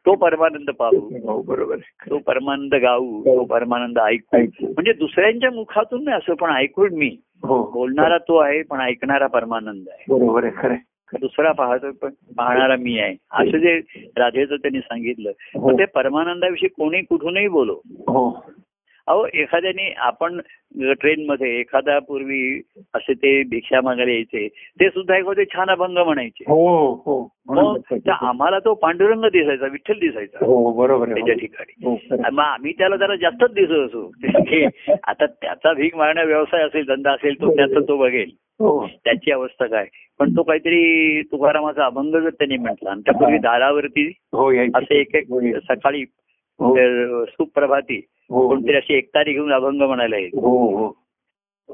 Speaker 1: तो परमानंद पाहू
Speaker 2: हो बरोबर आहे
Speaker 1: तो परमानंद गाऊ
Speaker 2: हो.
Speaker 1: तो परमानंद ऐकू
Speaker 2: ऐकू.
Speaker 1: म्हणजे दुसऱ्यांच्या मुखातून नाही असं पण ऐकून मी
Speaker 2: हो
Speaker 1: बोलणारा तो आहे पण ऐकणारा परमानंद आहे
Speaker 2: बरोबर आहे खरं आहे.
Speaker 1: दुसरा पाहतो पण पाहणारा मी आहे असं जे राधेचं त्यांनी सांगितलं
Speaker 2: हो.
Speaker 1: तर ते परमानंदाविषयी कोणी कुठूनही बोलो
Speaker 2: हो
Speaker 1: अहो एखाद्याने आपण ट्रेनमध्ये एखादा पूर्वी असे ते भिक्षा मागायला यायचे ते सुद्धा एखादे छान अभंग म्हणायचे
Speaker 2: हो हो
Speaker 1: मग
Speaker 2: म्हणून
Speaker 1: त्या आम्हाला तो पांडुरंग दिसायचा विठ्ठल दिसायचा
Speaker 2: हो बरोबर आहे
Speaker 1: त्याच्या
Speaker 2: हो.
Speaker 1: ठिकाणी
Speaker 2: हो, खरं आहे.
Speaker 1: मग आम्ही त्याला जरा जास्तच दिसत असू [LAUGHS] आता त्याचा भीक मागण्या व्यवसाय असेल धंदा असेल तो त्याचा तो बघेल
Speaker 2: हो
Speaker 1: त्याची अवस्था काय पण तो काहीतरी तुकारामाचा अभंग जर त्यांनी म्हटला आणि त्यापूर्वी दारावरती
Speaker 2: हो यायचे.
Speaker 1: असे एक एक
Speaker 2: हो, यायचे.
Speaker 1: सकाळी
Speaker 2: हो.
Speaker 1: अ, सुप्रभाती
Speaker 2: हो
Speaker 1: कोणतरी अशी एकतारी घेऊन अभंग म्हणायला येईल
Speaker 2: हो हो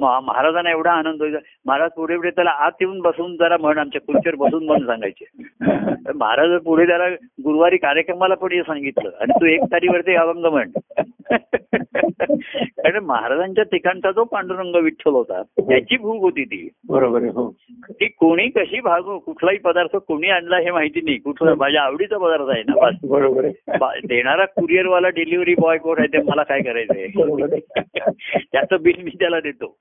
Speaker 1: महा- महाराजांना एवढा आनंद व्हायचा महाराज पुढे पुढे त्याला आत येऊन बसून जरा म्हण आमच्या खुर्चीवर बसून म्हण सांगायचे तर महाराज पुढे त्याला गुरुवारी कार्यक्रमाला पण हे सांगितलं आणि तू एक तारीवरती अभंग म्हण [LAUGHS] कारण महाराजांच्या ठिकाणचा जो पांडुरंग विठ्ठल होता त्याची भूक होती ती
Speaker 2: बरोबर आहे हो
Speaker 1: ती कोणी कशी भागू कुठलाही पदार्थ कोणी आणला हे माहिती नाही कुठला माझ्या आवडीचा पदार्थ आहे ना बस
Speaker 2: बरोबर आहे
Speaker 1: बा- देणारा कुरिअरवाला डिलिव्हरी बॉय कोण आहे ते मला काय करायचंय
Speaker 2: बरोबर
Speaker 1: त्याचं बिल मी त्याला देतो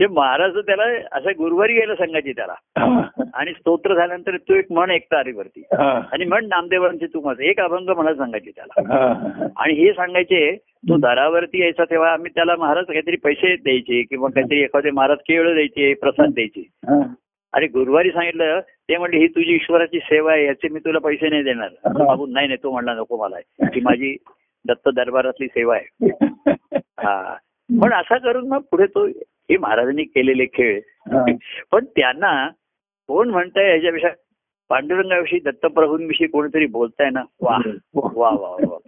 Speaker 1: ते महाराज त्याला असं गुरुवारी यायला सांगायचे त्याला
Speaker 2: आहे
Speaker 1: आणि स्तोत्र झाल्यानंतर तू एक म्हण एक तारीवरती
Speaker 2: हा.
Speaker 1: आणि म्हण नामदेवांची तू माझं एक अभंग म्हणायला सांगायचे त्याला
Speaker 2: हा.
Speaker 1: आणि हे सांगायचे तो दरावरती यायचा तेव्हा आम्ही त्याला महाराज काहीतरी पैसे द्यायचे किंवा काहीतरी एखादे महाराज केळ द्यायचे प्रसाद द्यायचे
Speaker 2: हा.
Speaker 1: आणि गुरुवारी सांगितलं ते म्हणले ही तुझी ईश्वराची सेवा आहे याचे मी तुला पैसे नाही देणार तर बाबू नाही नाही तो म्हणला नको मला ही माझी दत्त दरबारातली सेवा आहे हा पण असा करून मग पुढे तो हे महाराजांनी केलेले खेळ
Speaker 2: हा.
Speaker 1: पण त्यांना कोण म्हणताय याच्यापेक्षा पांडुरंगाविषयी दत्तप्रभूंविषयी कोणीतरी बोलताय ना वा
Speaker 2: हो.
Speaker 1: वा वा वा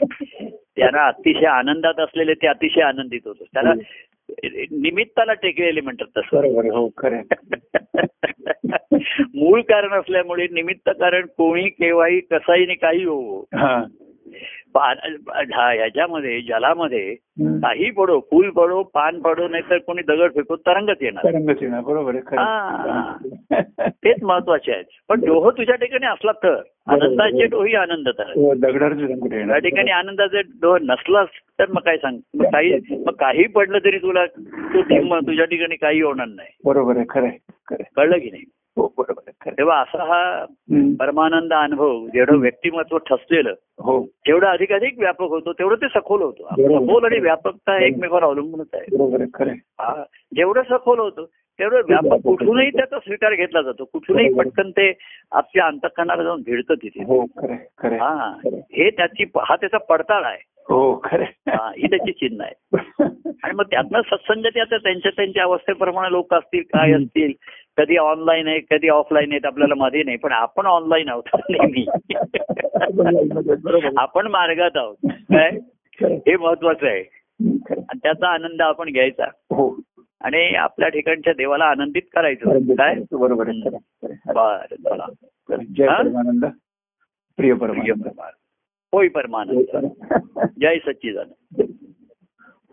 Speaker 1: त्यांना अतिशय आनंदात असलेले ते अतिशय आनंदित होते त्याला निमित्ताला टेकलेले म्हणतात तसं
Speaker 2: बरोबर आहे, हो खरं आहे.
Speaker 1: [LAUGHS] मूळ कारण असल्यामुळे निमित्त कारण कोणी केव्हाही कसाही आणि काही हो
Speaker 2: हा.
Speaker 1: ह्याच्यामध्ये जलामध्ये
Speaker 2: हम्म.
Speaker 1: काही पडो फुल पडो पान पडो नाहीतर कोणी दगड फेको तरंगत येणार
Speaker 2: तरंगच येणार बरोबर आहे खरं आहे.
Speaker 1: तेच महत्वाचे आहेत पण डोह तुझ्या ठिकाणी असला तर आनंदाचे डोही आनंदात आहेत
Speaker 2: हो, दगडावरचं तरंगत
Speaker 1: त्या
Speaker 2: येणार
Speaker 1: ठिकाणी आनंदाचे डोह नसलास तर मग काय सांग मग काही मग काही पडलं तरी तुला तू किंमत तुझ्या ठिकाणी काही होणार नाही
Speaker 2: बरोबर आहे खरं आहे खरं आहे.
Speaker 1: कळलं की नाही
Speaker 2: हो बरोबर आहे खरं आहे.
Speaker 1: तेव्हा असा हा
Speaker 2: हम्म.
Speaker 1: परमानंद अनुभव जेवढं व्यक्तिमत्व ठसलेलं
Speaker 2: हो
Speaker 1: जेवढं अधिकाधिक व्यापक होतो तेवढं ते सखोल होतं
Speaker 2: बरोबर.
Speaker 1: सखोल आणि व्यापकता एकमेकावर अवलंबूनच आहे
Speaker 2: बरोबर आहे खरं आहे.
Speaker 1: हा. जेवढं सखोल होतं तेवढं व्यापक कुठूनही त्याचा स्वीकार घेतला जातो कुठूनही
Speaker 2: बरोबर.
Speaker 1: पटकन ते आपल्या अंतकरणाला जाऊन भिडतं तिथे
Speaker 2: हो खरं आहे, खरं आहे.
Speaker 1: हा हे त्याची हा त्याचा पडताळ आहे
Speaker 2: हो खरं आहे.
Speaker 1: हा,
Speaker 2: [LAUGHS]
Speaker 1: ही त्याची चिन्ह आहे आणि मग त्यातनं सत्संगती आता त्यांच्या त्यांच्या अवस्थेप्रमाणे लोक असतील काय
Speaker 2: हम्म.
Speaker 1: असतील कधी ऑनलाईन आहे कधी ऑफलाईन आहेत आपल्याला माहिती नाही पण आपण ऑनलाईन
Speaker 2: [LAUGHS]
Speaker 1: आहोत नेहमी
Speaker 2: बरोबर.
Speaker 1: आपण मार्गात आहोत काय
Speaker 2: खरं आहे.
Speaker 1: हे महत्वाचं आहे
Speaker 2: हम्म, खरं आहे.
Speaker 1: आणि त्याचा आनंद आपण घ्यायचा
Speaker 2: हो
Speaker 1: आणि आपल्या ठिकाणच्या देवाला आनंदित करायचं
Speaker 2: तरंगत
Speaker 1: काय
Speaker 2: येणार. बरोबर आहे खरं आहे, खरं आहे.
Speaker 1: बरं चला
Speaker 2: जय
Speaker 1: हा?
Speaker 2: परमानंद प्रिय
Speaker 1: प्रिय
Speaker 2: परमानंद
Speaker 1: परमानंद. होय परमानंद जय सच्चिदानंद
Speaker 2: जय